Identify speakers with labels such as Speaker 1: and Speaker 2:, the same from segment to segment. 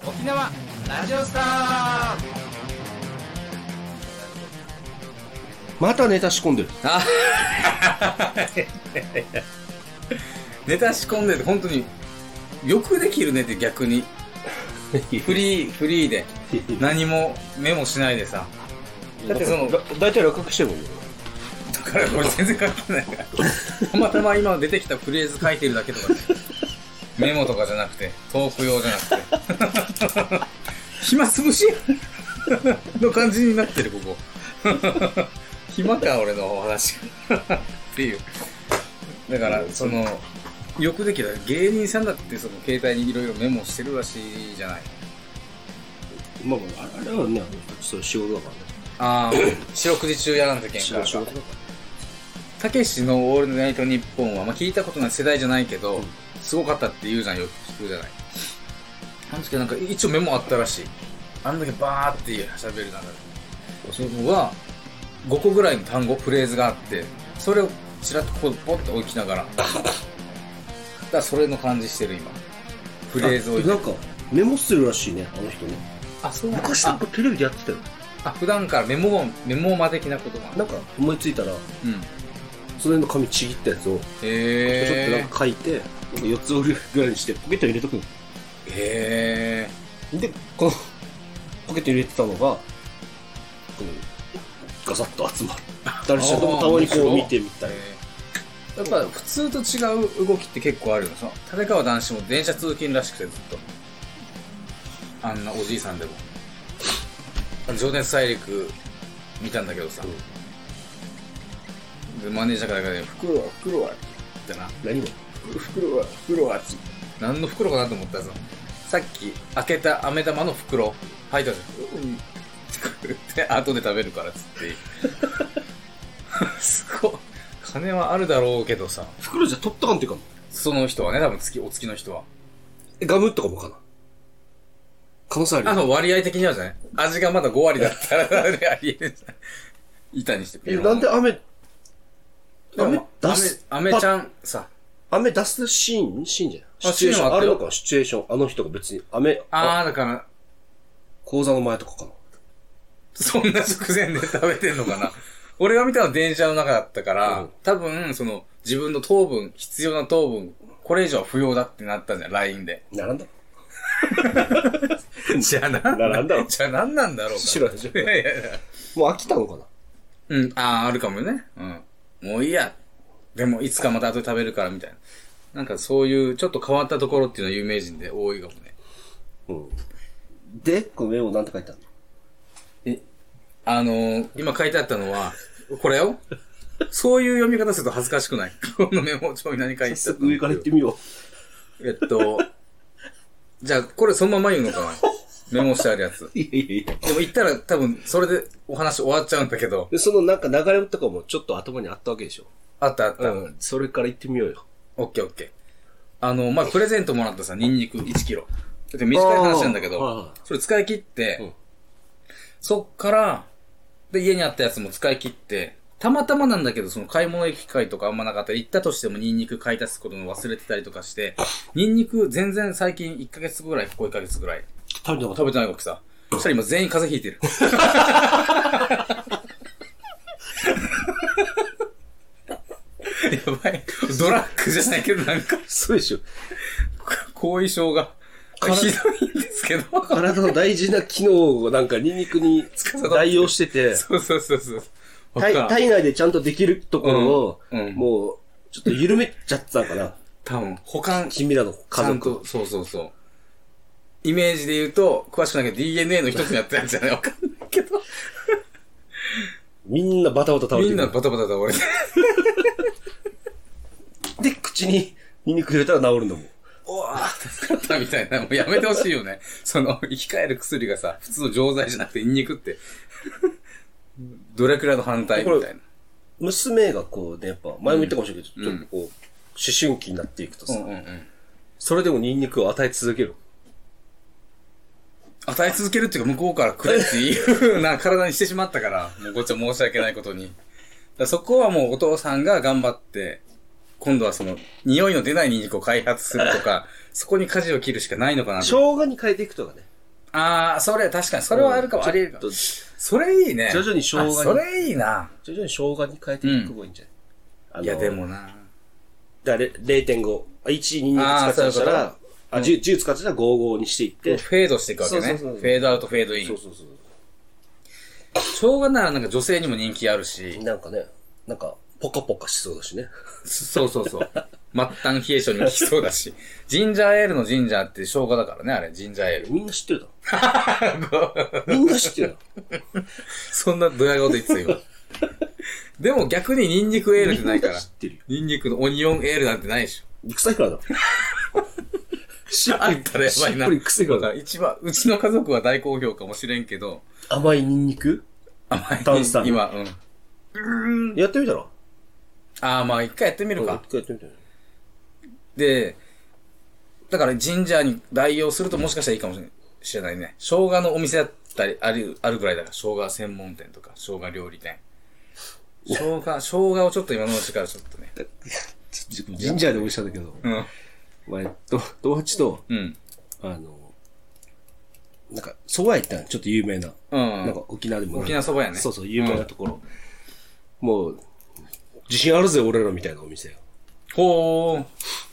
Speaker 1: 沖縄ラジオスター
Speaker 2: またネタ仕込んでる。
Speaker 1: あネタ仕込んでて本当によくできるねって逆 にフリーフリーで何もメモしないでさだってそのだ
Speaker 2: だ大体落書きしてるもんね。
Speaker 1: から これ全然関係ないからたまたま今出てきたフレーズ書いてるだけとかねメモとかじゃなくてトーク用じゃなくて 暇つぶしの感じになってるここ 暇か俺のお話っていうだからそのよくできた芸人さんだってその携帯にいろいろメモしてるらしいじゃない
Speaker 2: まあまあ、あれはね、そう仕事だからね。
Speaker 1: ああ四六時中やらんといけんから
Speaker 2: 仕事だか
Speaker 1: たけしの「オールナイトニッポン」は、まあ、聞いたことない世代じゃないけど、
Speaker 2: うん
Speaker 1: すごかったって言うじゃんよく聞くじゃないあの時はなんか一応メモあったらしいあんだけバーって喋る中でそこは5個ぐらいの単語フレーズがあってそれをちらっとこうポッと置きなが らだからそれの感じしてる今フレーズを置いて
Speaker 2: なんか、メモするらしいね、あの人ね。
Speaker 1: あそうなんだ
Speaker 2: 昔なんかテレビでやってたよ。
Speaker 1: あ普段からメモメモマ的なことが
Speaker 2: なんか思いついたら、
Speaker 1: うんへ
Speaker 2: その辺の紙ちぎったやつを、ちょっとな
Speaker 1: え
Speaker 2: んか書いて、なんか4つ折るぐらいにして、ポケットに入れとくの。
Speaker 1: へえ
Speaker 2: で、この、ポケットに入れてたのが、この、ガサッと集まる。誰しもたまにこう見てみたいな。
Speaker 1: やっぱ普通と違う動きって結構あるよな立川談志も電車通勤らしくてずっとあんなおじいさんでも「情熱大陸」見たんだけどさ、でマネージャーからね「袋は袋は」ってな
Speaker 2: 何も。
Speaker 1: 「袋は袋は」って何の袋かなと思ったらささっき開けた飴玉の袋入ったじゃん「うん」って後 で食べるからっつって すごい金はあるだろうけどさ
Speaker 2: 袋じゃ取ったかんっていうか、
Speaker 1: その人はね、多分月、お月の人は。
Speaker 2: ガムとかもかな。可能性あるよ
Speaker 1: あの、割合的にはじゃない味がまだ5割だったら、あれありえるじゃん。板にしてピ
Speaker 2: え、
Speaker 1: ロン
Speaker 2: なんで雨、
Speaker 1: でも
Speaker 2: 雨出す
Speaker 1: 雨雨ちゃんさ。
Speaker 2: 雨出すシーンシーンじゃない
Speaker 1: あ
Speaker 2: シチュエーシ
Speaker 1: シーンは
Speaker 2: ョン、
Speaker 1: あ
Speaker 2: あ
Speaker 1: った
Speaker 2: れ
Speaker 1: よ
Speaker 2: のか、シチュエーション、あの人が別に雨、
Speaker 1: あー、だから、
Speaker 2: 講座の前とかかな。
Speaker 1: そんな直前で食べてんのか な。俺が見たのは電車の中だったから、
Speaker 2: うん
Speaker 1: 多分、その、自分の糖分、必要な糖分、これ以上は不要だってなったんじゃん、LINE で。
Speaker 2: 並ん だ
Speaker 1: じゃあなん
Speaker 2: 並んだろ
Speaker 1: じゃあなんなんだろうか。
Speaker 2: 知らんじゃん
Speaker 1: いやいやいや。
Speaker 2: もう飽きたのかな
Speaker 1: うん、ああ、あるかもね。うん。もういいや。でも、いつかまた後で食べるから、みたいな。なんかそういう、ちょっと変わったところっていうのは有名人で多いかもね。
Speaker 2: うん。で、このメモなんて書いてある
Speaker 1: あのー、今書いてあったのは、これよ。そういう読み方すると恥ずかしくない。このメモ帳に何書いてあ
Speaker 2: の
Speaker 1: ったの
Speaker 2: 早速上から行ってみよう。
Speaker 1: えっと、じゃあ、これそのまま言うのかな。メモしてあるやつ。
Speaker 2: いやいやいや。
Speaker 1: でも言ったら多分、それでお話終わっちゃうんだけど。
Speaker 2: で、そのなんか流れとかもちょっと頭にあったわけでしょ。
Speaker 1: あったあった。
Speaker 2: うん。それから行ってみようよ。
Speaker 1: オッケーオッケー。あの、まあ、プレゼントもらったさ、ニンニク1キロ。だって短い話なんだけ
Speaker 2: あーはいは
Speaker 1: ど
Speaker 2: い、
Speaker 1: それ使い切って、
Speaker 2: うん
Speaker 1: そっから、で、家にあったやつも使い切って、たまたまなんだけど、その買い物行く機会とかあんまなかったり、行ったとしてもニンニク買い足すことも忘れてたりとかして、ニンニク全然最近1ヶ月ぐらい、ここ1ヶ月ぐらい、
Speaker 2: 食べてなか
Speaker 1: 食
Speaker 2: っ
Speaker 1: べてないわけさ。そしたら今全員風邪ひいてる。やばい。ドラッグじゃないけど、なんか。
Speaker 2: た。そうでしょ。
Speaker 1: 後遺症が
Speaker 2: 体
Speaker 1: ひどいんですけど。
Speaker 2: 体の大事な機能をなんかニンニクに代用してて、
Speaker 1: そうそうそうそう。
Speaker 2: 体
Speaker 1: わかん
Speaker 2: 体内でちゃんとできるところを、
Speaker 1: うんうん
Speaker 2: もう、ちょっと緩めちゃってたから、
Speaker 1: 多分、保管、ち
Speaker 2: 君らの家
Speaker 1: ゃん
Speaker 2: 族。
Speaker 1: と、そうそうそう。イメージで言うと、詳しくないけど DNA の一つになってたんじゃないわかんないけど。
Speaker 2: みんなバタバタ倒れて
Speaker 1: み
Speaker 2: く
Speaker 1: ん
Speaker 2: る
Speaker 1: なバタバタ倒れて。
Speaker 2: で、口にニンニク入れたら治るんだもん。
Speaker 1: おわー、助かったみたいな。もうやめてほしいよね。その、生き返る薬がさ、普通の錠剤じゃなくて、ニンニクって。どれくらいの反対みたいな。
Speaker 2: 娘がこうね、やっぱ、前も言ったかもしれないけど、
Speaker 1: うん
Speaker 2: ちょっとこう、思春期になっていくと
Speaker 1: う
Speaker 2: さ、
Speaker 1: んうんうん。
Speaker 2: それでもニンニクを与え続ける。
Speaker 1: 与え続けるっていうか、向こうからくれっていうふうな体にしてしまったから、もうこっちは申し訳ないことに。だからそこはもうお父さんが頑張って、今度はその、匂いの出ないニンニクを開発するとか、そこに舵を切るしかないのかなと。
Speaker 2: 生姜に変えていくとかね。
Speaker 1: ああ、それ、確かに、それはあるかも。ありえるか
Speaker 2: ちょ
Speaker 1: も
Speaker 2: っと
Speaker 1: それいいね。
Speaker 2: 徐々に生姜に
Speaker 1: あそれいいな。
Speaker 2: 徐々に生姜に変えていく方がいいんじゃない、
Speaker 1: い
Speaker 2: あ
Speaker 1: や、
Speaker 2: の
Speaker 1: でも。な。
Speaker 2: だかられ0.5。あ1、2、2使ってた
Speaker 1: あーそういう
Speaker 2: ら
Speaker 1: こ、
Speaker 2: あ、10, 10使ってたら5、5にしていっ
Speaker 1: フ
Speaker 2: て。
Speaker 1: ェードしていくわけね。
Speaker 2: そうそうそう
Speaker 1: フェードアウト、フェードイン。
Speaker 2: そうそうそう。
Speaker 1: 生姜ならなんか女性にも人気あるし、
Speaker 2: なんかね、なんか、ポカポカしそうだしね。
Speaker 1: そうそうそう。末端冷え性にも効きそうだし。ジンジャーエールのジンジャーって生姜だからね、あれ、ジンジャーエー
Speaker 2: みんな知ってるだろ。
Speaker 1: ル。
Speaker 2: みんな知ってる
Speaker 1: そんなドヤ顔で言ってたよ。でも逆にニンニクエー
Speaker 2: だろ。
Speaker 1: ルっ
Speaker 2: み
Speaker 1: てな
Speaker 2: んない
Speaker 1: か
Speaker 2: 知っ
Speaker 1: ら。
Speaker 2: てるよ。
Speaker 1: ニンニクのオニオンエールなんてないでしょ。
Speaker 2: 肉さいからだろ。しっ
Speaker 1: あ
Speaker 2: ぽ
Speaker 1: っ
Speaker 2: り、
Speaker 1: たらやばい
Speaker 2: しっ
Speaker 1: な。
Speaker 2: ぽり癖
Speaker 1: だか
Speaker 2: が
Speaker 1: ら一番、うちの家族は大好評かもしれんけど、
Speaker 2: 甘いニンニク
Speaker 1: 甘い。
Speaker 2: ダンスタイル
Speaker 1: 今、うん。
Speaker 2: やってみたら
Speaker 1: ああ、まあ一回やってみるか。
Speaker 2: 一回やってみたら。
Speaker 1: で、だからジンジャーに代用するともしかしたらいいかもしれない知らないね。生姜のお店だったり、ある、あるぐらいだから、生姜専門店とか、生姜料理店。生姜、生姜をちょっと今のうちからちょっとね。
Speaker 2: ジンジャーでおいしたんだけど、
Speaker 1: うん。
Speaker 2: 前、と友達と、
Speaker 1: うん。
Speaker 2: あの、なんか、蕎麦屋行ったのちょっと有名な。
Speaker 1: うん。
Speaker 2: なんか沖縄でも。
Speaker 1: 沖縄そばやね
Speaker 2: そうそう、有名なところ。もう、自信あるぜ、俺らみたいなお店よ。
Speaker 1: ほー。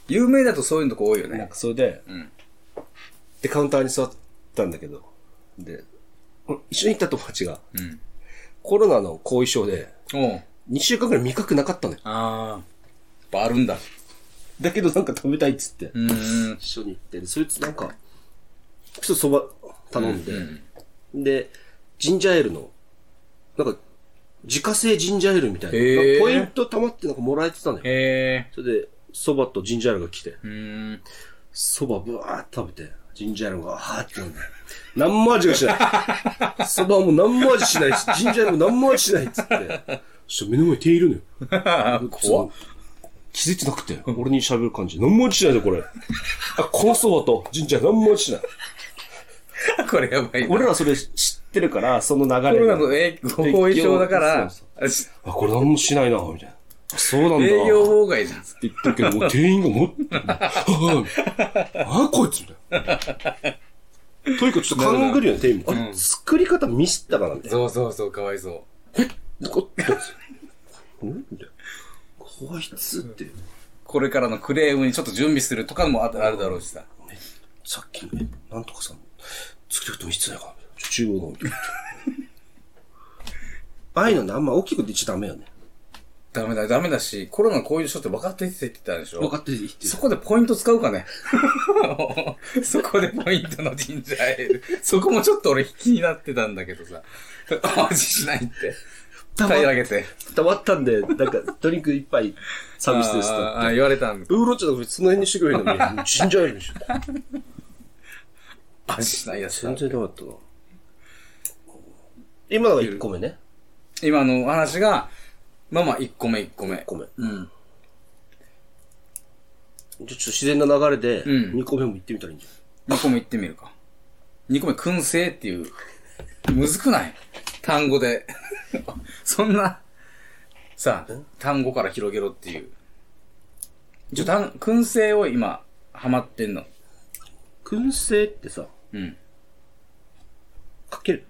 Speaker 1: 有名だとそういうとこ多いよ
Speaker 2: なん
Speaker 1: ね。
Speaker 2: かそれで、
Speaker 1: ん
Speaker 2: で、カウンターに座ったんだけど、で、一緒に行った友達が、
Speaker 1: うん。
Speaker 2: コロナの後遺症で、
Speaker 1: おう。
Speaker 2: 2週間ぐらい味覚なかったのよ。
Speaker 1: あー。やっぱあるんだ。
Speaker 2: だけどなんか食べたいっつって、
Speaker 1: うーん。
Speaker 2: 一緒に行って、そいつなんか、ちょっと蕎麦頼んで、で、ジンジャーエールの、なんか、自家製ジンジャーエールみたいな。
Speaker 1: へー
Speaker 2: なんかポイント溜まってなんかもらえてたのよ。
Speaker 1: へ
Speaker 2: それで、蕎麦とジンジャーエールが来て、
Speaker 1: ー。うーん。
Speaker 2: 蕎麦ぶわーっと食べて、ジンジャーエールがわーって飲んで。何も味がしない。蕎麦も何も味しないし、ジンジャーエールも何も味しないっつって。そしたら目の前に手いるのよ。
Speaker 1: 怖っ。
Speaker 2: 気づいてなくて、俺に喋る感じ。何も落ちないで、これ。あ、このそばと神社何も落ちない。
Speaker 1: これやばいな。
Speaker 2: 俺らそれ知ってるから、その
Speaker 1: コ
Speaker 2: 流
Speaker 1: ロ
Speaker 2: れ
Speaker 1: ナの
Speaker 2: が。
Speaker 1: 影響後遺症だから
Speaker 2: そう、
Speaker 1: あ
Speaker 2: あ、これ何もしないな、みたいな。あそうなんだ。
Speaker 1: 営業妨害じゃん。
Speaker 2: って言ってるけど、もう店員がもっと、はぁ、あ、こいつみたいな。とにかくちょっと勘ぐるよね、店員も。あれ、作り方ミスったかな、みたいな。
Speaker 1: そうそうそう、かわいそう。
Speaker 2: こっなんだよ。こいつって、
Speaker 1: これからのクレームにちょっと準備するとかもああるだろうしさ。
Speaker 2: さっきのね、なんとかさん、作り方見せてないかな。ちょ厨房のみたいな。ああいうのね、あんま大きく言っちゃダメよね。
Speaker 1: ダメだ、ダメだし、コロナこういう人って分かってって言ってたでしょ
Speaker 2: 分かって言ってる
Speaker 1: そこでポイント使うか ねそこでポイントのジンジャーエール。そこもちょっと俺気になってたんだけどさ。味しないって。
Speaker 2: 黙
Speaker 1: 平らげて。
Speaker 2: 黙ったんで、なんか、ドリンク一杯サービスですと。
Speaker 1: あーあー、言われたんだ。
Speaker 2: ウーロン茶とかその辺にしてくれるの に、死んじゃうよ。
Speaker 1: 味しないやつだ
Speaker 2: 全。然なかったな。今のが1個目ね。
Speaker 1: 今のお話が、まあまあ1個目1個目。
Speaker 2: ごめん。じゃ
Speaker 1: うん。
Speaker 2: あちょっと自然な流れで、
Speaker 1: うん
Speaker 2: 2個目も行ってみたらいいんじゃない
Speaker 1: 2個目行ってみるか。2個目、燻製っていう。むずくない単語で。 そんな、さあ、単語から広げろっていう。ちょ、単、燻製を今、ハマってんの。
Speaker 2: 燻製ってさ、
Speaker 1: うん。
Speaker 2: かける。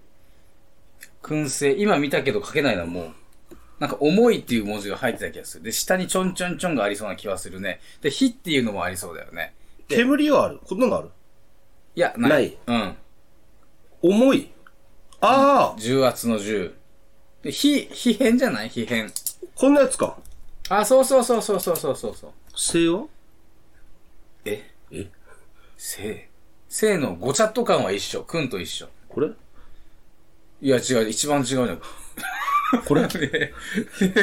Speaker 1: 燻製、今見たけど書けないな、もう。なんか、重いっていう文字が入ってた気がする。で、下にちょんちょんちょんがありそうな気はするね。で、火っていうのもありそうだよね。
Speaker 2: 煙はある。こんなのある
Speaker 1: いや、ない。
Speaker 2: ない
Speaker 1: うん。
Speaker 2: 重い。ああ、
Speaker 1: 重圧の重。で、火、火変じゃない火変。
Speaker 2: こんなやつか。
Speaker 1: あ、そうそうそうそうそうそうそうそう。
Speaker 2: 性は
Speaker 1: え
Speaker 2: え
Speaker 1: 性性のごちゃっと感は一緒。くんと一緒。
Speaker 2: これ
Speaker 1: いや、違う。一番違うじゃん。
Speaker 2: これ
Speaker 1: で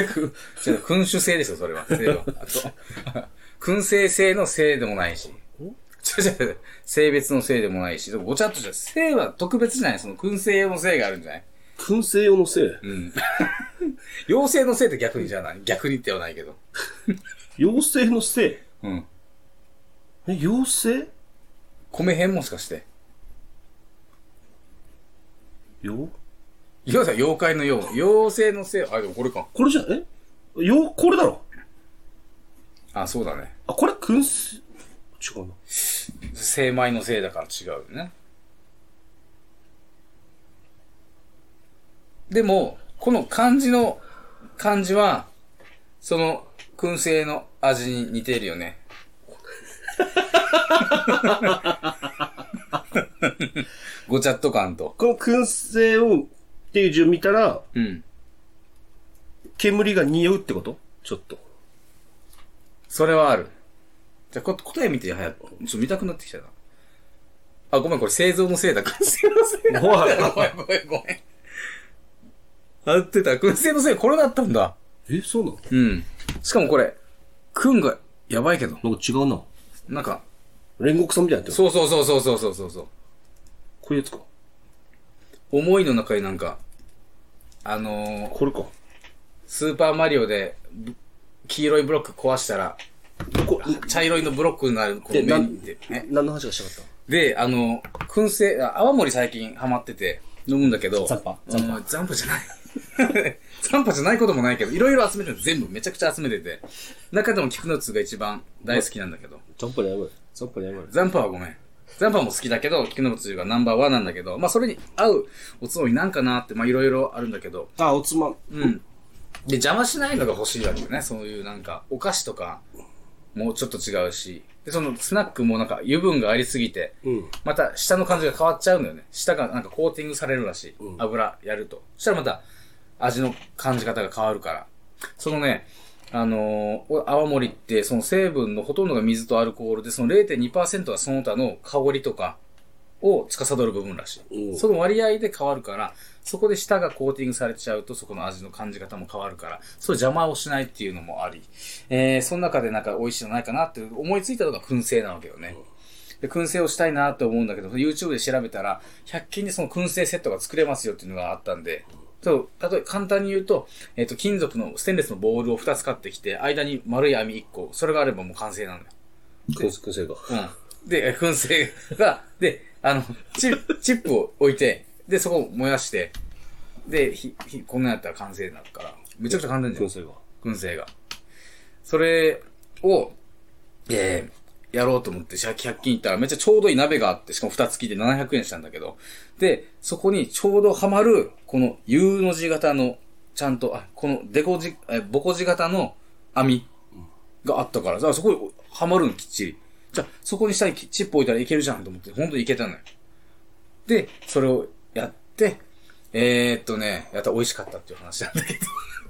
Speaker 1: く違う、君主制ですよ、それは。性は。あと、君制性の性でもないし。違う違う。性別の性でもないし。でもごちゃっとじゃ、性は特別じゃないその君制用の性があるんじゃない
Speaker 2: 燻製用の性。
Speaker 1: 妖精の性って逆にじゃない逆にってはないけど。
Speaker 2: 妖精の性。
Speaker 1: うん。
Speaker 2: え、妖精
Speaker 1: 米編もしかして。
Speaker 2: よ
Speaker 1: いやさ、妖怪のよう。妖精の性。あ、でもこれか。
Speaker 2: これじゃ、えよこれだろ。
Speaker 1: あ、そうだね。
Speaker 2: あ、これ燻製。違うな。
Speaker 1: 精米のせいだから違うよね。でも、この漢字の漢字は、その燻製の味に似ているよ ね。ごちゃっと感と。
Speaker 2: この燻製を、っていう字を見たら、
Speaker 1: うん。
Speaker 2: 煙が匂うってことちょっと。
Speaker 1: それはある。じゃあ、こ答え見て早く。ちょっと見たくなってきたな。あ、ごめん、これ製造のせいだ。燻製のせいだ。
Speaker 2: おい
Speaker 1: ごめん、ごめん、ごめん。合ってた。燻製のせい、これだったんだ。
Speaker 2: え、そうなの
Speaker 1: うん。しかもこれ、燻がやばいけど。
Speaker 2: なんか違うな。
Speaker 1: なんか、
Speaker 2: 煉獄さんみたいになってる。
Speaker 1: そうそうそうそうそうそうそうそう。
Speaker 2: こういうやつか。
Speaker 1: 思いの中になんか、あのー、
Speaker 2: これか。
Speaker 1: スーパーマリオで、ぶ黄色いブロック壊したら、
Speaker 2: どこ、
Speaker 1: 茶色いのブロックになる、この
Speaker 2: で、な
Speaker 1: 目
Speaker 2: ん
Speaker 1: にって。ね、
Speaker 2: 何の話がしたかっ
Speaker 1: で、あの、燻製、あ泡盛最近ハマってて飲むんだけど、
Speaker 2: ザンパ
Speaker 1: ザンパ。ザンパじゃない。 ザンパじゃないこともないけど、いろいろ集めてる全部めちゃくちゃ集めてて、中でも菊のつが一番大好きなんだけど、
Speaker 2: たジャンパーやばい。ジャンパーやばい。
Speaker 1: ザンパはごめん。ザンパも好きだけど、菊のつがナンバーワンなんだけど、まあそれに合うおつまみなんかなって、まあいろいろあるんだけど、
Speaker 2: あ、おつまん。
Speaker 1: うん。で、邪魔しないのが欲しいわけよね。そういうなんか、お菓子とか、もうちょっと違うし。で、そのスナックもなんか油分がありすぎて、
Speaker 2: うん。
Speaker 1: また下の感じが変わっちゃうのよね。下がなんかコーティングされるらしい。
Speaker 2: うん
Speaker 1: 油やると。そしたらまた味の感じ方が変わるから。そのね、あのー、泡盛ってその成分のほとんどが水とアルコールで、その0.2%がその他の香りとかを司る部分らし
Speaker 2: お
Speaker 1: い。
Speaker 2: う
Speaker 1: その割合で変わるから、そこで下がコーティングされちゃうと、そこの味の感じ方も変わるから、そういう邪魔をしないっていうのもあり、えー、その中でなんか美味しいのないかなって思いついたのが燻製なわけよね。で、燻製をしたいなと思うんだけど、YouTube で調べたら、100均でその燻製セットが作れますよっていうのがあったんで、そう、例えば簡単に言うと、えっ、と、金属の、ステンレスのボールを2つ買ってきて、間に丸い網1個、それがあればもう完成なんだよ。
Speaker 2: 燻製、燻製が。
Speaker 1: うん。で、え燻製が、で、あの、チップ、チップを置いて、で、そこを燃やして、で、ひ、ひ、こんなんやったら完成になるから、めちゃくちゃ簡単じゃん
Speaker 2: 燻。製が。
Speaker 1: 燻製が。それを、えー、やろうと思って、100均行ったらめっちゃちょうどいい鍋があって、しかも蓋付きで700円したんだけど、で、そこにちょうどはまる、この U の字型の、ちゃんと、あ、このデコ字、え、ボコ字型の網があったから、だからそこにはまるのきっちり。じゃあ、そこに下にチップ置いたらいけるじゃんと思って、ほんといけたのよ。で、それをやって、えー、っとね、やったら美味しかったっていう話なんだけ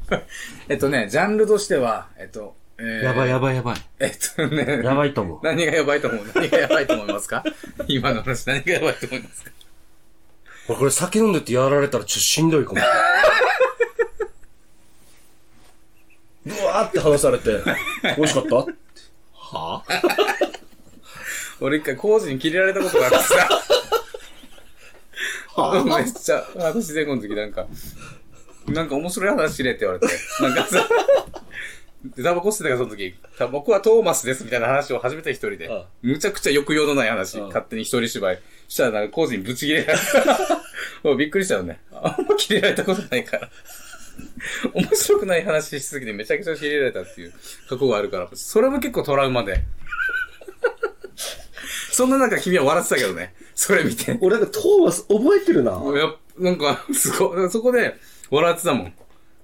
Speaker 1: ど。 えっとね、ジャンルとしては、えっと、えー、
Speaker 2: やばいやばいやばい。
Speaker 1: えっとね、
Speaker 2: やばいと思う。
Speaker 1: 何がやばいと思う何がやばいと思います か今の話何がやばいと思いますか
Speaker 2: 俺これ酒飲んでてやられたらちょっとしんどい かも。ぶわーって話されて、美味しかったってはぁ、
Speaker 1: 俺一回工事に切れられたことがあってさ。
Speaker 2: は
Speaker 1: めっちゃ、私前後の時なんか、なんか面白い話しれって言われて、なんかさ、でタバコ吸ってたからその時、タバコはトーマスですみたいな話を初めて一人で
Speaker 2: ああ、
Speaker 1: むちゃくちゃ抑揚のない話、
Speaker 2: ああ
Speaker 1: 勝手に一人芝居したらなんかコーチにぶち切れられ た。もうびっくりしたよね。あんま切れられたことないから。面白くない話しすぎてめちゃくちゃ切れられたっていう過去があるから、それも結構トラウマで。そんな中君は笑ってたけどね。それ見て。
Speaker 2: 俺なんかトーマス覚えてるな。覚
Speaker 1: いや、なんか、すごい、そこで、笑ってたもん。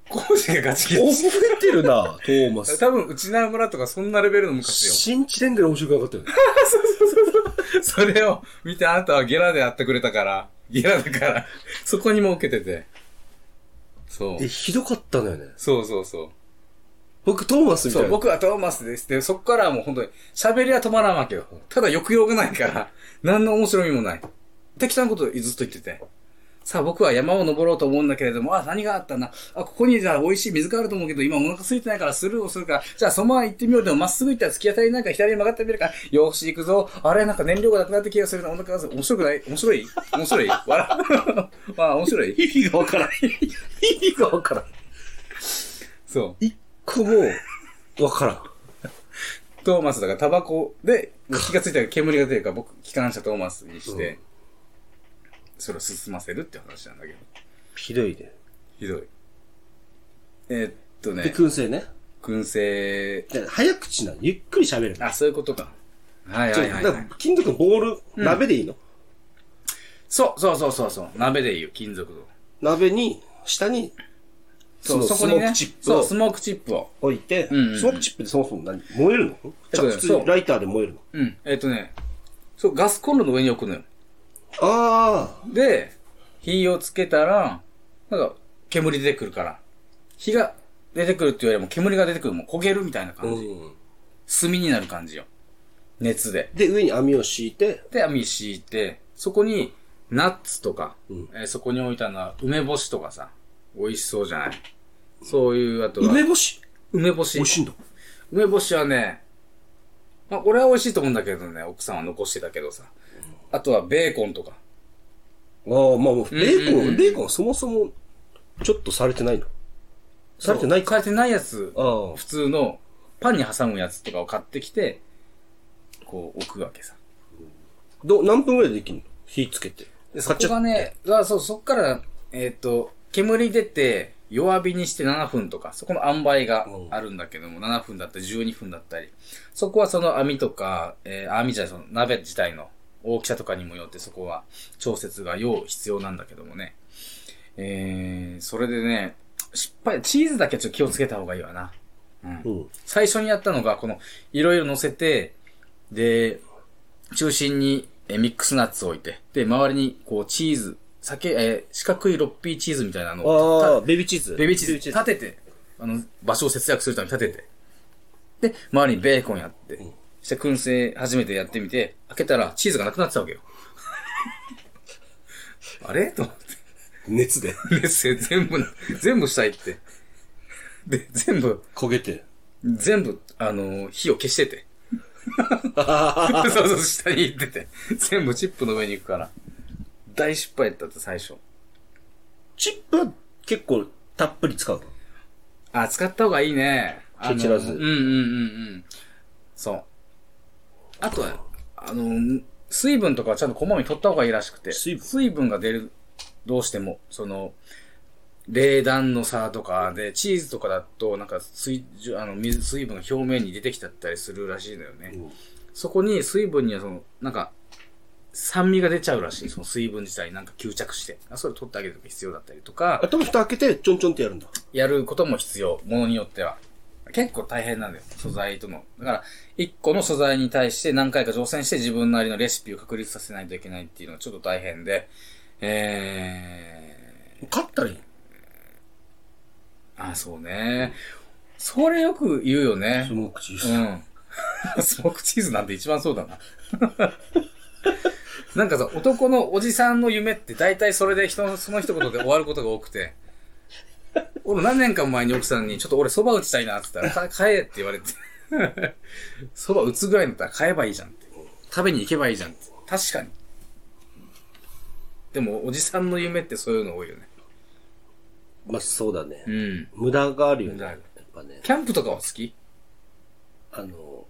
Speaker 1: コージがガチ切れ
Speaker 2: えてるな、トーマス。
Speaker 1: 多分、内縄村とかそんなレベルの昔よ。
Speaker 2: 新地点ぐらい面白くなかったよね。
Speaker 1: それを見て、あなたはゲラでやってくれたから、ゲラだから、そこにも受けてて。そう
Speaker 2: え、。ひどかったのよね。
Speaker 1: そうそうそう。
Speaker 2: 僕、トーマスみた
Speaker 1: そ、
Speaker 2: いうな。
Speaker 1: 僕はトーマスです。で、そこからはもう本当に、喋りは止まらんわけよ。ただ抑揚がないから、 何の面白みもない。適当なことをずっと言ってて。さあ、僕は山を登ろうと思うんだけれども、あ、何があったな。あ、ここにじゃあ美味しい水があると思うけど、今お腹空いてないからスルーをするから、じゃあそのまま行ってみよう。でもまっすぐ行ったら突き当たりなんか左に曲がってみるから、よーし行くぞ。あれ、なんか燃料がなくなって気がするな。お腹がする。面白くない面白い面白い笑う。 まあ、面白い。
Speaker 2: 意味がわからん。意味がわからん。
Speaker 1: そう。
Speaker 2: 一個も、わからん。
Speaker 1: トーマスだからタバコで気がついたら煙が出るから僕機関車トーマスにして、
Speaker 2: うん
Speaker 1: それを進ませるって話なんだけど
Speaker 2: ひどいね。
Speaker 1: ひどいえーっと
Speaker 2: で、
Speaker 1: ね
Speaker 2: 燻製ね。
Speaker 1: 燻製
Speaker 2: だから早口なの。ゆっくり喋るの。
Speaker 1: あそういうことかはい
Speaker 2: ち
Speaker 1: は
Speaker 2: ょ
Speaker 1: いはい、
Speaker 2: だ
Speaker 1: は
Speaker 2: から
Speaker 1: い、
Speaker 2: 金属のボール、鍋でいいの
Speaker 1: そうそうそうそうそう鍋でいいよ金属の
Speaker 2: 鍋に下に、
Speaker 1: そう、
Speaker 2: そ
Speaker 1: そ
Speaker 2: の
Speaker 1: こにね
Speaker 2: スモークチッ、プ
Speaker 1: そ
Speaker 2: を
Speaker 1: う、スモークチップを。
Speaker 2: 置いて、
Speaker 1: うんうんうん
Speaker 2: スモークチップってそもそも何燃えるのじゃあ普通
Speaker 1: そう
Speaker 2: にライターで燃えるの
Speaker 1: うん。えっ、とね、そう、ガスコンロの上に置くのよ。
Speaker 2: ああ、
Speaker 1: で、火をつけたら、なんか、煙出てくるから。火が出てくるっていうよりも煙が出てくる。もう焦げるみたいな
Speaker 2: う
Speaker 1: 感じ。
Speaker 2: ん。
Speaker 1: 炭になる感じよ。熱で。
Speaker 2: で、上に網を敷いて、
Speaker 1: で、網敷いて、そこに、ナッツとか、
Speaker 2: ん
Speaker 1: えーそこに置いたのは梅干しとかさ、美味しそうじゃないそういう、あとは、
Speaker 2: 梅干し
Speaker 1: 梅干し。
Speaker 2: 美味しいんだ。
Speaker 1: 梅干しはね、まあ、俺は美味しいと思うんだけどね、奥さんは残してたけどさ。あとはベーコンとか。
Speaker 2: ああ、まあもう、ベーコ
Speaker 1: うんうんうん
Speaker 2: ン、ベーコンはそもそも、ちょっとされてないのされてない
Speaker 1: さ
Speaker 2: か。
Speaker 1: れてないやつ、
Speaker 2: ああ、
Speaker 1: 普通のパンに挟むやつとかを買ってきて、こう置くわけさ。
Speaker 2: ど、何分ぐらいでできるの火つけて。
Speaker 1: で、そ
Speaker 2: 買っちゃ
Speaker 1: こがね、あそう、そっから、えっ、と、煙出て、弱火にして7分とか、そこの塩梅があるんだけども、7分だったり12分だったり、そこはその網とか、えー網じゃないその鍋自体の大きさとかにもよってそこは調節が要必要なんだけどもね。えー、それでね、失敗、チーズだけはちょっと気をつけた方がいいわな。うん
Speaker 2: う。ん。
Speaker 1: 最初にやったのが、この、いろいろ乗せて、で、中心にえミックスナッツを置いて、で、周りに、こう、チーズ、酒、えー四角いロッピーチーズみたいなのを、
Speaker 2: ああ、
Speaker 1: た
Speaker 2: ベビーチーズ。
Speaker 1: ベビーチーズ立てて、あの、場所を節約するために立てて、で、周りにベーコンやって、そして燻製初めてやってみて、開けたらチーズがなくなってたわけ よ。あれと思って。
Speaker 2: 熱で。
Speaker 1: メッセ全部、全部したいって。で、全部、
Speaker 2: 焦 げて。
Speaker 1: 全部、あの、火を消してて。 そうそう、下に行ってて。全部チップの上に行くから。大失敗だったって最初。
Speaker 2: チップは結構たっぷり使うの。
Speaker 1: あ、使った方がいいね。あの
Speaker 2: 蹴散らず
Speaker 1: うんうんうんうん。そう。あとは、あの、水分とかはちゃんとこまめに取った方がいいらしくて。
Speaker 2: 水分
Speaker 1: が出る、どうしても。その、冷暖の差とかで、チーズとかだと、なんか水蒸、あの、水、水分が表面に出てきちゃったりするらしいのよね。そこに水分にはその、なんか、酸味が出ちゃうらしい。その水分自体になんか吸着して。あそれ取ってあげるとか必要だったりとか。
Speaker 2: 頭蓋開けて、ちょんちょんってやるんだ。
Speaker 1: やることも必要。ものによっては。結構大変なんだよ。素材との。だから、一個の素材に対して何回か挑戦して自分なりのレシピを確立させないといけないっていうのはちょっと大変で。え
Speaker 2: 買ったらいい。
Speaker 1: ー、あ、そうね。それよく言うよね
Speaker 2: ス。モークチーズ。
Speaker 1: うん。スモークチーズなんて一番そうだな。 なんかさ、男のおじさんの夢って大体それで人の、その一言で終わることが多くて。俺何年か前に奥さんに、ちょっと俺蕎麦打ちたいなって言ったら、か買えって言われて。 蕎麦打つぐらいだったら買えばいいじゃんって。食べに行けばいいじゃんって。確かに。でも、おじさんの夢ってそういうの多いよね。
Speaker 2: まあ、そうだね
Speaker 1: う。ん。
Speaker 2: 無駄があるよ
Speaker 1: 無
Speaker 2: ね。
Speaker 1: 駄あ
Speaker 2: やっ
Speaker 1: る
Speaker 2: ぱね。
Speaker 1: キャンプとかは好き
Speaker 2: あの、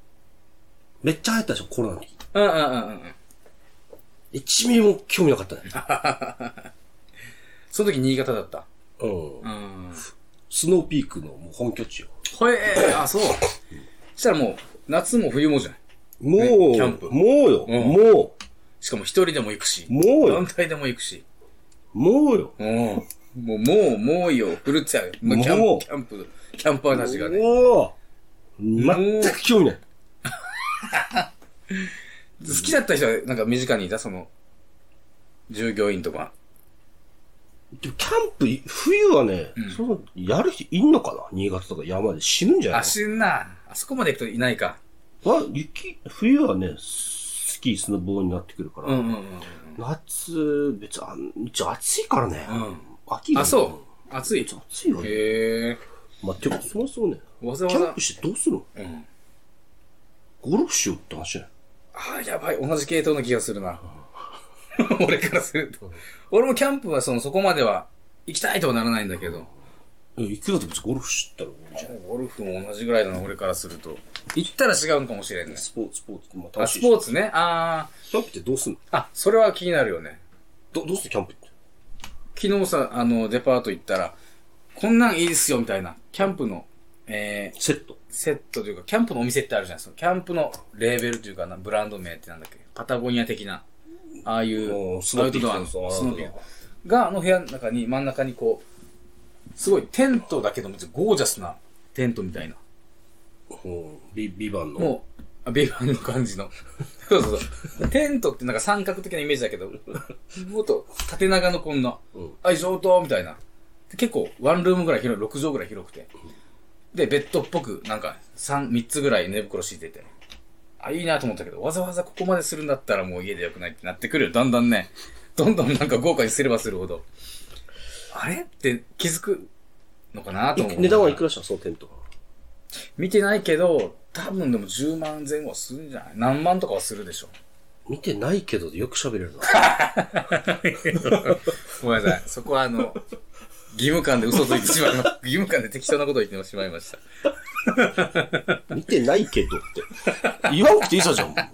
Speaker 2: めっちゃ流行ったでしょ、コロナの時。
Speaker 1: うんうんうんうん。
Speaker 2: 1ミリも興味なかったね。
Speaker 1: その時新潟だった。
Speaker 2: うん
Speaker 1: う。ん。
Speaker 2: スノーピークのもう本拠地よ。
Speaker 1: ほえー、あ、そう。したらもう、夏も冬もじゃん。
Speaker 2: もう、
Speaker 1: ねキャンプ
Speaker 2: もうよ、
Speaker 1: うん
Speaker 2: も
Speaker 1: しかも一人でも行くし
Speaker 2: う、。もう
Speaker 1: 団
Speaker 2: よ、
Speaker 1: 体でも行くし。
Speaker 2: もうよ。
Speaker 1: うん。もう、もう、もういいよ。フルーツやよ。まあ、キャ
Speaker 2: もう
Speaker 1: ンプ、キャンプ、キャンパーたちがね。
Speaker 2: もう、全く興味ない。
Speaker 1: 好きだった人は、なんか身近にいた、その、従業員とか。
Speaker 2: でもキャンプ、冬はね、そのやる人いんのかな新潟とか山で死ぬんじゃない
Speaker 1: あ、死んな。あそこまで行くといないか。
Speaker 2: のあ雪、冬はね、スキー、スノボーになってくるから。
Speaker 1: うんうん
Speaker 2: 夏、別にあん、一応暑いからね。
Speaker 1: うん。うん。
Speaker 2: 秋が
Speaker 1: あ、そう。暑い。
Speaker 2: 暑いよね。
Speaker 1: へえ。
Speaker 2: まあ、てか、そもそもね、
Speaker 1: わざ
Speaker 2: キャン
Speaker 1: わ
Speaker 2: プしてどうするの
Speaker 1: ざ。うん。
Speaker 2: ゴルフしようって話じゃない
Speaker 1: あーやばい。同じ系統の気がするな。 俺からすると。俺もキャンプは、その、そこまでは、行きたいとはならないんだけど。
Speaker 2: いや行くだって別にゴルフしたらいいじゃん。
Speaker 1: ゴルフも同じぐらいだな、俺からすると。行ったら違うんかもしれんね。
Speaker 2: スポーツ、スポーツって、まあ、
Speaker 1: あ、
Speaker 2: 楽し
Speaker 1: ス
Speaker 2: い
Speaker 1: ポー
Speaker 2: し。
Speaker 1: ツね。あ
Speaker 2: キャンプってどうすん
Speaker 1: ー
Speaker 2: の
Speaker 1: あ、それは気になるよね。
Speaker 2: ど、どうするキャンプって。
Speaker 1: 昨日さ、あの、デパート行ったら、こんなんいいですよ、みたいな。キャンプの、えー、
Speaker 2: セット。
Speaker 1: セットというか、キャンプのお店ってあるじゃないですか。キャンプのレーベルというかな、ブランド名ってなんだっけパタゴニア的な、ああいう、ア
Speaker 2: お
Speaker 1: ウ
Speaker 2: ースノーピ
Speaker 1: ト
Speaker 2: ー
Speaker 1: ド
Speaker 2: ク
Speaker 1: アの、
Speaker 2: そうそう
Speaker 1: スノーピークが、あの部屋の中に、真ん中にこう、すごいテントだけど、ゴージャスなテントみたいな。
Speaker 2: ほうビビバンの。
Speaker 1: もう、あビーバーの感じの。 そうそうそう。テントってなんか三角的なイメージだけど、 もっと縦長のこんな、
Speaker 2: うん
Speaker 1: あ、上等みたいな。で結構、ワンルームぐらい広い、6畳ぐらい広くて。で、ベッドっぽく、なんか、三、三つぐらい寝袋敷いてて。あ、いいなと思ったけど、わざわざここまでするんだったらもう家でよくないってなってくるよ。だんだんね、どんどんなんか豪華にすればするほど。あれって気づくのかないと思う。
Speaker 2: 値段はいくらしたのそのテントは。
Speaker 1: 見てないけど、多分でも10万前後はするんじゃない何万とかはするでしょ。
Speaker 2: 見てないけど、よく喋れるな。
Speaker 1: ごめんなさい。そこはあの、義務感で嘘ついてしまいました。 義務感で適当なことを言ってしまいました。
Speaker 2: 見てないけどって。 言わんくていいさじゃん。あ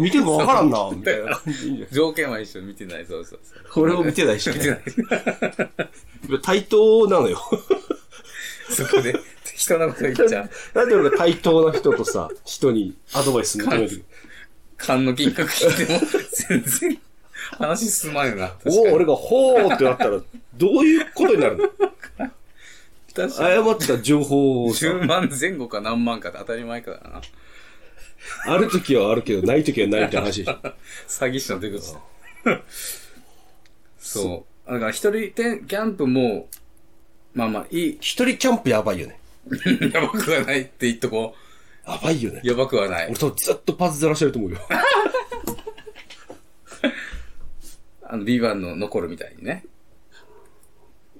Speaker 2: 見てるかわからんな、みたいな感じいいんじゃない。
Speaker 1: 条件は一緒見てない。そうそうそう。
Speaker 2: これを見てないし、
Speaker 1: 見てない。
Speaker 2: 対等なのよ。
Speaker 1: そこで適当なこと言っちゃう。
Speaker 2: なんで俺が対等な人とさ、人にアドバイス求めてる。
Speaker 1: 勘の金額聞いても、全然話進まないな。確か
Speaker 2: お
Speaker 1: に
Speaker 2: お、俺がほーってなったら、どういうことになる の
Speaker 1: 確かに
Speaker 2: 誤ってた情報を さ、
Speaker 1: 10万前後か何万かって当たり前かだな。
Speaker 2: ある時はあるけど、ない時はないって話でしょ。
Speaker 1: 詐欺師の出口だ。そう。だから一人でキャンプも、まあまあいい。
Speaker 2: 一人キャンプやばいよね。
Speaker 1: やばくはないって言っとこ
Speaker 2: やばいよね
Speaker 1: う。。やばくはない
Speaker 2: 俺。多分ずっとパズずらしてると思うよ。
Speaker 1: あの、ビバンの残るみたいにね。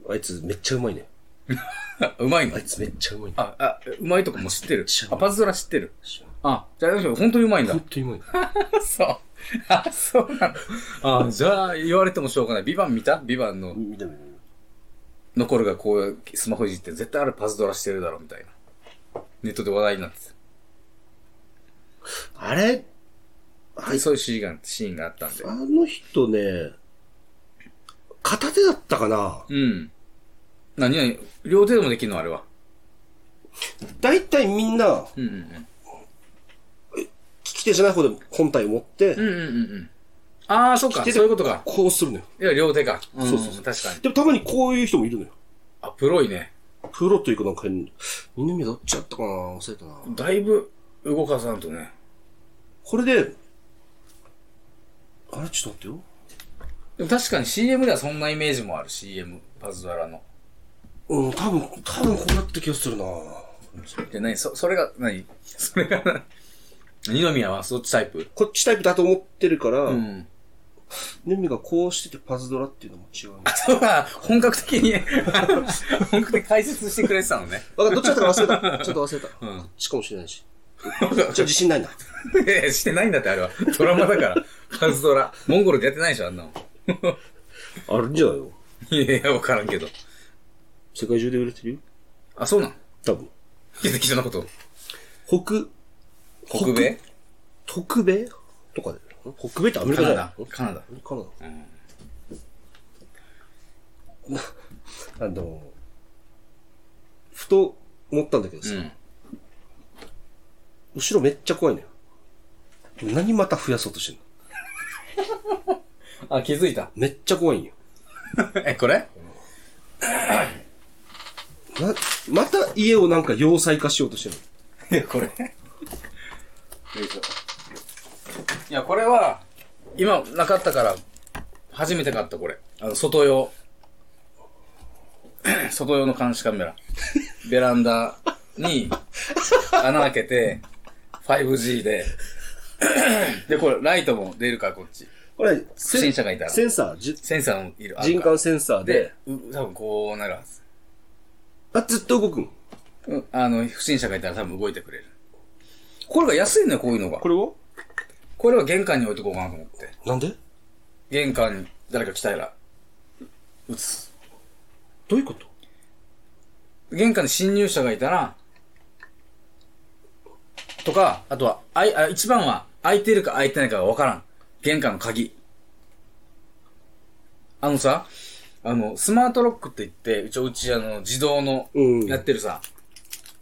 Speaker 2: あいつめっちゃうまいね。
Speaker 1: あうまいの
Speaker 2: あいつめっちゃうまいね。
Speaker 1: あ、あ、うまいとかも知ってる
Speaker 2: 知ら。な
Speaker 1: あ、
Speaker 2: い
Speaker 1: パズドラ知ってる。あ、じゃあ、大丈夫本当にうまいんだ
Speaker 2: ほん。とにうまいね。
Speaker 1: そう。あ、そうなの。あ、じゃあ、言われてもしょうがない。ビバン見たビバンの
Speaker 2: 見た
Speaker 1: 残るがこう、スマホいじって、絶対あれパズドラしてるだろ、みたいな。ネットで話題になってた
Speaker 2: あれあいつ
Speaker 1: そういうシーンがシーンがあったんで。
Speaker 2: あの人ね、片手だったかな
Speaker 1: うん。何何両手でもできるのあれは。
Speaker 2: 大体みんな、
Speaker 1: うんうん
Speaker 2: 利き手じゃない方で本体を持って
Speaker 1: う、ん。うんうんうんうん。ああ、そっか。
Speaker 2: 利き手で
Speaker 1: そういうことか。
Speaker 2: こうするのよ。
Speaker 1: いや、両手か。
Speaker 2: ん
Speaker 1: そうそうそう。確かに。
Speaker 2: でもたまにこういう人もいるのよ。
Speaker 1: あ、プロいね。
Speaker 2: プロというかなんか変に、二宮どっちやったかな忘れたな。
Speaker 1: だいぶ動かさんとね。
Speaker 2: これで、あれちょっと待ってよ。
Speaker 1: でも確かに CM ではそんなイメージもある、CM。パズドラの。
Speaker 2: うん、多分、多分こうなった気がするな
Speaker 1: で、何そ、それが、何 それが、二宮はそっちタイプ
Speaker 2: こっちタイプだと思ってるから、
Speaker 1: うん。
Speaker 2: 二宮がこうしててパズドラっていうのも違うね。
Speaker 1: そうか、本格的に、あの本格的に解説してくれてたのね。
Speaker 2: わかったどっちだったか忘 れた。ちょっと忘れた。
Speaker 1: うん
Speaker 2: こっちかもしれないし。ちょっと自信ないな。
Speaker 1: いやいや してないんだって、あれは。ドラマだから。パズドラ。モンゴルでやってないでしょ、あんなの。
Speaker 2: あるんじゃないよ。
Speaker 1: いやいや、わからんけど。
Speaker 2: 世界中で売れてるよ。
Speaker 1: あ、そうなん
Speaker 2: 多分。
Speaker 1: 適当なこと。
Speaker 2: 北、
Speaker 1: 北米
Speaker 2: 北米とかで。北米ってアメリ
Speaker 1: カ
Speaker 2: カじ
Speaker 1: ナ
Speaker 2: ゃない
Speaker 1: ダ。カナダ。
Speaker 2: カナダ。なあの、ふと思ったんだけど
Speaker 1: う
Speaker 2: さ、
Speaker 1: ん。
Speaker 2: 後ろめっちゃ怖いのよ。何また増やそうとしてんの
Speaker 1: あ、気づいた。
Speaker 2: めっちゃ怖いんよ。
Speaker 1: え、これ
Speaker 2: な、また家をなんか要塞化しようとして
Speaker 1: い
Speaker 2: る
Speaker 1: や、これ。よいしょ。いや、これは、今なかったから、初めて買った、これ。あの、外用。 外用の監視カメラ。ベランダに穴開けて、5G で。で、これ、ライトも出るから、こっち。
Speaker 2: これ、
Speaker 1: 不審者がいたら
Speaker 2: センサー、じ
Speaker 1: センサーもいる。ある
Speaker 2: 人
Speaker 1: から
Speaker 2: 感センサーで
Speaker 1: で、、う多分こうなるはず。
Speaker 2: あ、ずっと動くん。
Speaker 1: うんあの、不審者がいたら多分動いてくれる。これが安いのよ、こういうのが。
Speaker 2: れは
Speaker 1: これは玄関に置いとこうかなと思って。
Speaker 2: なんで
Speaker 1: 玄関に誰か来たら、撃つ。
Speaker 2: どういうこと
Speaker 1: 玄関に侵入者がいたら、とか、あとは、あい、あ、一番は、開いてるか開いてないかがわからん。玄関の鍵。あのさ、あの、スマートロックって言って、うち、うち、あの、自動の
Speaker 2: うん、
Speaker 1: やってるさ、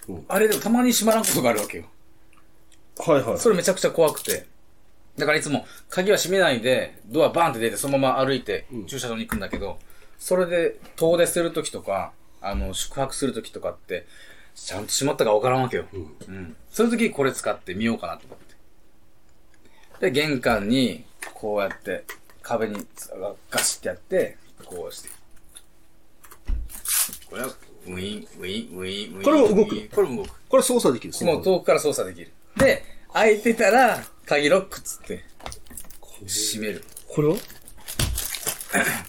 Speaker 2: うん
Speaker 1: あれでもたまに閉まらんことがあるわけよ。
Speaker 2: はいはい。
Speaker 1: それめちゃくちゃ怖くて。だからいつも、鍵は閉めないで、ドアバーンって出て、そのまま歩いて、駐車場に行くんだけど、それで、遠出するときとか、あの、宿泊するときとかって、ちゃんと閉まったかわからんわけよ。
Speaker 2: うん。
Speaker 1: うん。そういうときこれ使ってみようかなと思って。で、玄関に、こうやって、壁にガシってやって、こうして。これは、ウィン、ウィン、ウィン、ウィン。
Speaker 2: これも動くの
Speaker 1: これも動く。
Speaker 2: これ操作できるんですね
Speaker 1: もう遠くから操作できる。で、開いてたら、鍵ロックっつって、閉める。
Speaker 2: これは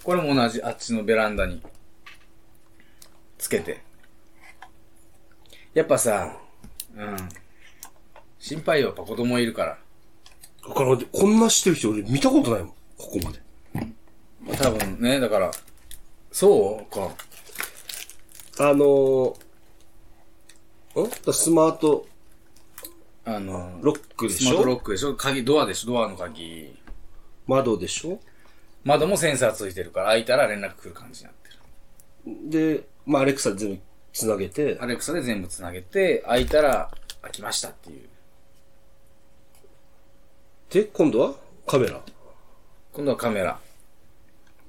Speaker 1: これも同じ、あっちのベランダに、つけて。やっぱさ、うん。心配よ、やっぱ子供いるから。
Speaker 2: わからん。こんなしてる人俺見たことないもん。ここまで。
Speaker 1: まあ、多分ね、だから、そうか。
Speaker 2: あのー、んだからスマート
Speaker 1: あの、
Speaker 2: ロックで
Speaker 1: ス
Speaker 2: し
Speaker 1: マートロ
Speaker 2: ょ
Speaker 1: ックでしょ鍵、ドアでしょドアの鍵。
Speaker 2: 窓でしょ
Speaker 1: 窓もセンサーついてるから、開いたら連絡来る感じになってる。
Speaker 2: で、まあ、アレクサ全部つなげて
Speaker 1: ア、レクサで全部つなげて、開いたら、開きましたっていう。
Speaker 2: で、今度はカメラ。
Speaker 1: 今度はカメラ。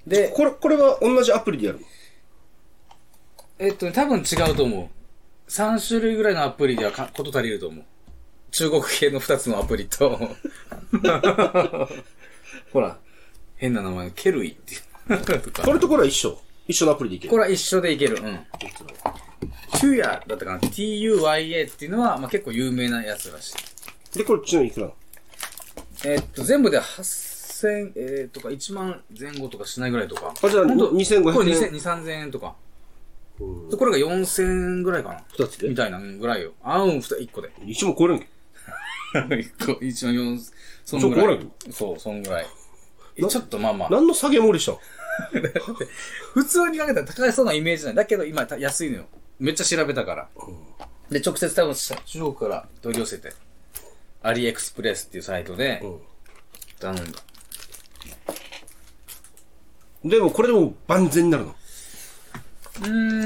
Speaker 1: で、
Speaker 2: これ、これは同じアプリでやるの
Speaker 1: えっと、多分違うと思う。3種類ぐらいのアプリではかこと足りると思う。中国系の2つのアプリと、 ほら、変な名前、ケルイって いう。とか
Speaker 2: これとこれは一緒。一緒のアプリでいけ
Speaker 1: こ
Speaker 2: る。
Speaker 1: れは一緒でいける。うん。トゥヤだったかな ?TUYA っていうのは、まあ、結構有名なやつらしい。
Speaker 2: で、これちなみにいくらなの
Speaker 1: えっと、全部で8000、えー、とか1万前後とかしないぐらいとか。
Speaker 2: あ、じゃあ、
Speaker 1: ほんとこれ
Speaker 2: 2500
Speaker 1: 2000、
Speaker 2: 円。
Speaker 1: 3000円とか。
Speaker 2: うん
Speaker 1: でこれが4000円ぐらいかな
Speaker 2: 二つで
Speaker 1: みたいなうんぐらいよ。あうん、ふた、1個で。
Speaker 2: 一問超えるんけ
Speaker 1: 1個、 一応4、そ
Speaker 2: ちょ
Speaker 1: んぐら
Speaker 2: こ
Speaker 1: い。そう、そんぐらい。えちょっとまあまあ。
Speaker 2: 何の下げ盛りしたの
Speaker 1: 普通に考えたら高そうなイメージない。だけど今た安いのよ。めっちゃ調べたから。で、直接多分中国から取り寄せて。アリエクスプレスっていうサイトで頼んだ。
Speaker 2: うん。でも、これでも万全になるの。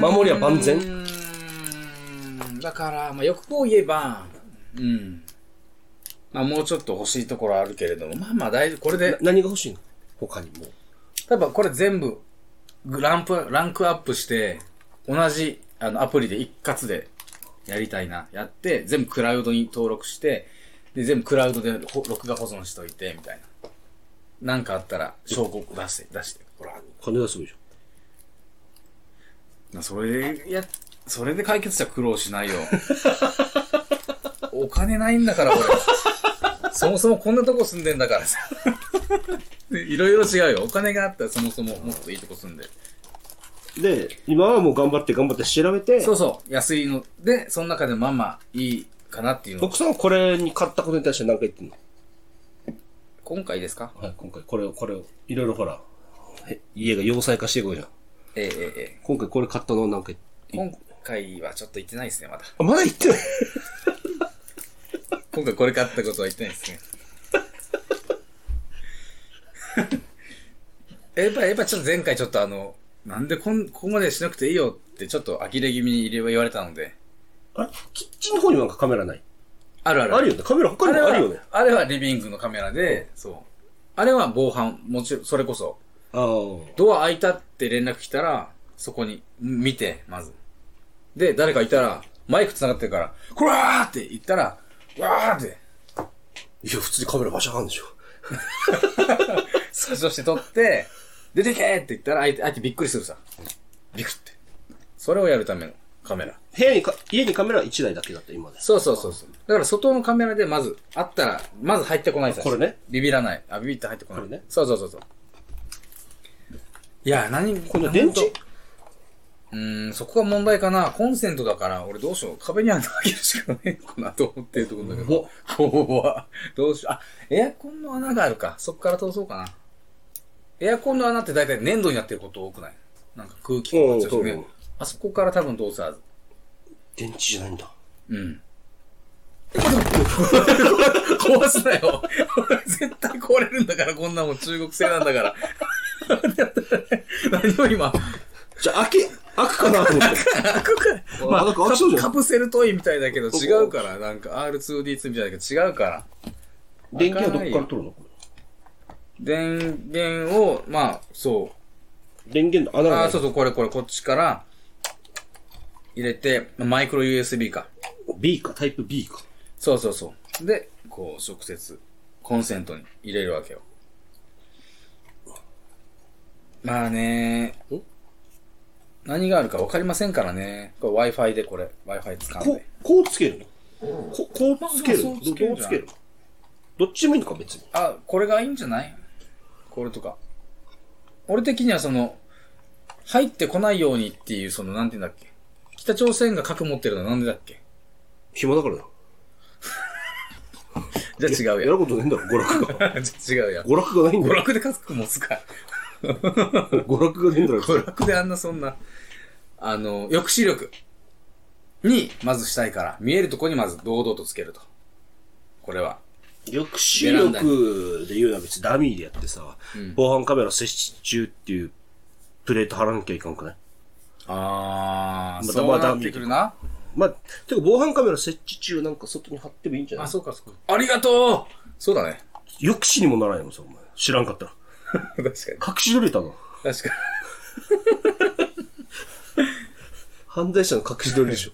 Speaker 2: 守りは万全
Speaker 1: うーんだから、まあ、欲を言えば、うん。まあ、もうちょっと欲しいところあるけれども、まあまあ大丈夫。これ
Speaker 2: な
Speaker 1: で、
Speaker 2: 何が欲しいの他にも。
Speaker 1: 例えばこれ全部、ランプ、ランクアップして、同じ、あの、アプリで一括でやりたいな。やって、全部クラウドに登録して、で、全部クラウドでほ録画保存しといて、みたいな。なんかあったら、証拠出して、出して。ほら、
Speaker 2: 金がすごいでしょ。
Speaker 1: なそれで、いや、それで解決したら苦労し ないよ。お金ないんだから、俺。そもそもこんなとこ住んでんだからさ。で いろいろ違うよ。お金があったらそもそももっといいとこ住んで。
Speaker 2: で、今はもう頑張って頑張って調べて
Speaker 1: そ、うそう、安いの。で、その中でまあまあいいかなっていうの。
Speaker 2: 奥さんはこれに買ったことに対して何か言ってんの
Speaker 1: 今回ですか
Speaker 2: はい、今回これを、これを、いろいろほら、へ家が要塞化していこうじゃん。
Speaker 1: えええええ
Speaker 2: 今回これ買ったのなんか
Speaker 1: え。今回はちょっと言ってないですね、まだ。
Speaker 2: あ、まだ言ってない
Speaker 1: 今回これ買ったことは言ってないですね。 やっぱり、やっぱちょっと前回ちょっとあの、なんでこん、ここまでしなくていいよってちょっと呆れ気味に入れ言われたので。
Speaker 2: あれキッチンの方になんかカメラない
Speaker 1: あるある。
Speaker 2: あるよね。カメラ他
Speaker 1: あ
Speaker 2: に
Speaker 1: れ
Speaker 2: も
Speaker 1: は
Speaker 2: あるよね。
Speaker 1: あれはリビングのカメラで、そう。あれは防犯、もちろん、それこそ。
Speaker 2: ああ。
Speaker 1: ドア開いたって連絡来たら、そこに、ん見て、まず。で、誰かいたら、マイク繋がってるから、こらーって言ったら、わーって、
Speaker 2: いや、普通にカメラバシャーンでしょ。
Speaker 1: スクショして撮って、出てけーって言ったら相手、相手びっくりするさ。ビクって。それをやるためのカメラ。
Speaker 2: 部屋にか、家にカメラ1台だけだった、今で。
Speaker 1: そうそうそうそう。だから外のカメラでまず、あったら、まず入ってこないさ。
Speaker 2: これね。
Speaker 1: ビビらない。あ、ビビって入ってこない。
Speaker 2: これね
Speaker 1: そうそうそうそう。いや、何、
Speaker 2: この電池
Speaker 1: 本当うーん、そこが問題かな。コンセントだから、俺どうしよう。壁に穴開けるしかないのかなと思ってるところだけど。
Speaker 2: お
Speaker 1: 怖どうしよう。あ、エアコンの穴があるか。そこから通そうかな。エアコンの穴って大体粘土になってること多くないなんか空気
Speaker 2: う
Speaker 1: が
Speaker 2: ん
Speaker 1: ちょっと
Speaker 2: そう
Speaker 1: ね。あそこから多分通すはず。
Speaker 2: 電池じゃないんだ。
Speaker 1: うん。 壊すなよ。絶対壊れるんだから、こんなもん中国製なんだから。何を今、
Speaker 2: じゃあ、開け、開くかなと思って。
Speaker 1: 開くか
Speaker 2: あなんか開きそうじゃん
Speaker 1: カプセルトイみたいだけど違うから、なんか R2D2 みたいだけど違うから。
Speaker 2: 電源はどっから取るのこ
Speaker 1: 電源を、まあ、そう。
Speaker 2: れ電源の穴が
Speaker 1: あ
Speaker 2: な
Speaker 1: あ、
Speaker 2: い
Speaker 1: そうそう、これこれ、こっちから、入れて、マイクロ USB か。
Speaker 2: B か、タイプ B か。
Speaker 1: そうそうそう。で、こう、直接、コンセントに入れるわけよ。まあね
Speaker 2: ん
Speaker 1: 何があるか分かりませんからね。これ Wi-Fi でこれ、Wi-Fi 使うん
Speaker 2: こ
Speaker 1: で。、
Speaker 2: こうつけるのこ、こうつけるの
Speaker 1: まあまあそう
Speaker 2: ど
Speaker 1: つけるん
Speaker 2: う
Speaker 1: じ
Speaker 2: つ
Speaker 1: ゃ
Speaker 2: け
Speaker 1: ない
Speaker 2: るのどっちでもいいのか、別に。
Speaker 1: あ、これがいいんじゃないこれとか。俺的にはその、入ってこないようにっていう、その、なんて言うんだっけ。北朝鮮が核持ってるのはなんでだっけ
Speaker 2: 暇だからだ。
Speaker 1: じゃあ違うや
Speaker 2: や
Speaker 1: ん。
Speaker 2: ることねえんだろ、娯楽 が。
Speaker 1: じゃあ違うやん。
Speaker 2: 娯楽がないん
Speaker 1: 娯
Speaker 2: だよ。
Speaker 1: 楽で核持つか。
Speaker 2: 娯楽がねえんだ
Speaker 1: 娯
Speaker 2: ろ。
Speaker 1: 楽であんなそんな、あの、抑止力に、まずしたいから、見えるとこにまず堂々とつけると。これは。
Speaker 2: 抑止力で言うのは別にダミーでやってさ、防犯カメラ設置中っていうプレート貼らなきゃいかんくない
Speaker 1: あー、
Speaker 2: また
Speaker 1: そうなってくるな。
Speaker 2: まあ、てか防犯カメラ設置中なんか外に貼ってもいいんじゃない
Speaker 1: あ、そうか、そうか。ありがとうそうだね。
Speaker 2: 抑止にもならないのさ、お前。知らんかったら。
Speaker 1: 確かに。
Speaker 2: 隠し撮れたの。
Speaker 1: 確かに。
Speaker 2: 犯罪者の隠し撮りで しょ。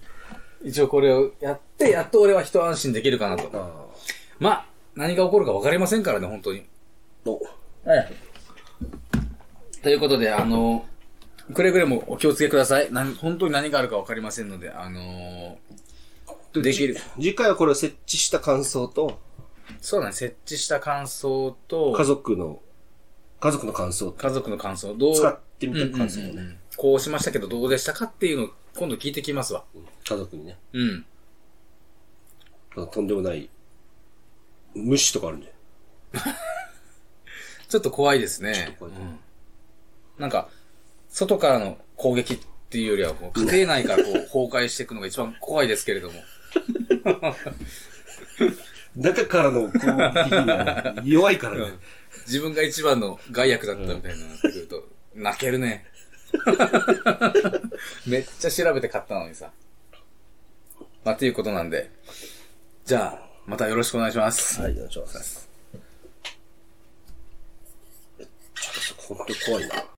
Speaker 1: 一応これをやって、やっと俺は一安心できるかなと。
Speaker 2: ああ。
Speaker 1: まあ、何が起こるか分かりませんからね、本当に。
Speaker 2: お、
Speaker 1: ええ。ということで、あの、くれぐれもお気をつけください。なん本当に何があるか分かりませんので、あのー、できる。
Speaker 2: 次回はこれを設置した感想と、
Speaker 1: そうだね、設置した感想と、
Speaker 2: 家族の、家族の感想と、
Speaker 1: 家族の感想、どう、
Speaker 2: 使ってみた感想
Speaker 1: うん
Speaker 2: も
Speaker 1: うんうんう
Speaker 2: ね、
Speaker 1: んこうしましたけどどうでしたかっていうのを今度聞いてきますわ。
Speaker 2: 家族にね、
Speaker 1: うん。
Speaker 2: とんでもない、無視とかあるんだよ。
Speaker 1: ちょっと怖いですね。
Speaker 2: 怖い
Speaker 1: うんなんか、外からの攻撃っていうよりは、こう家庭内からこう 崩壊していくのが一番怖いですけれども。
Speaker 2: 中からの攻撃が弱いからね。
Speaker 1: 自分が一番の害悪だったみたいになってくると、泣けるね。 めっちゃ調べて買ったのにさ。まあ、ということなんで。じゃあ、またよろしくお願いします。
Speaker 2: はい、お願いします。ちょっと本当怖いな。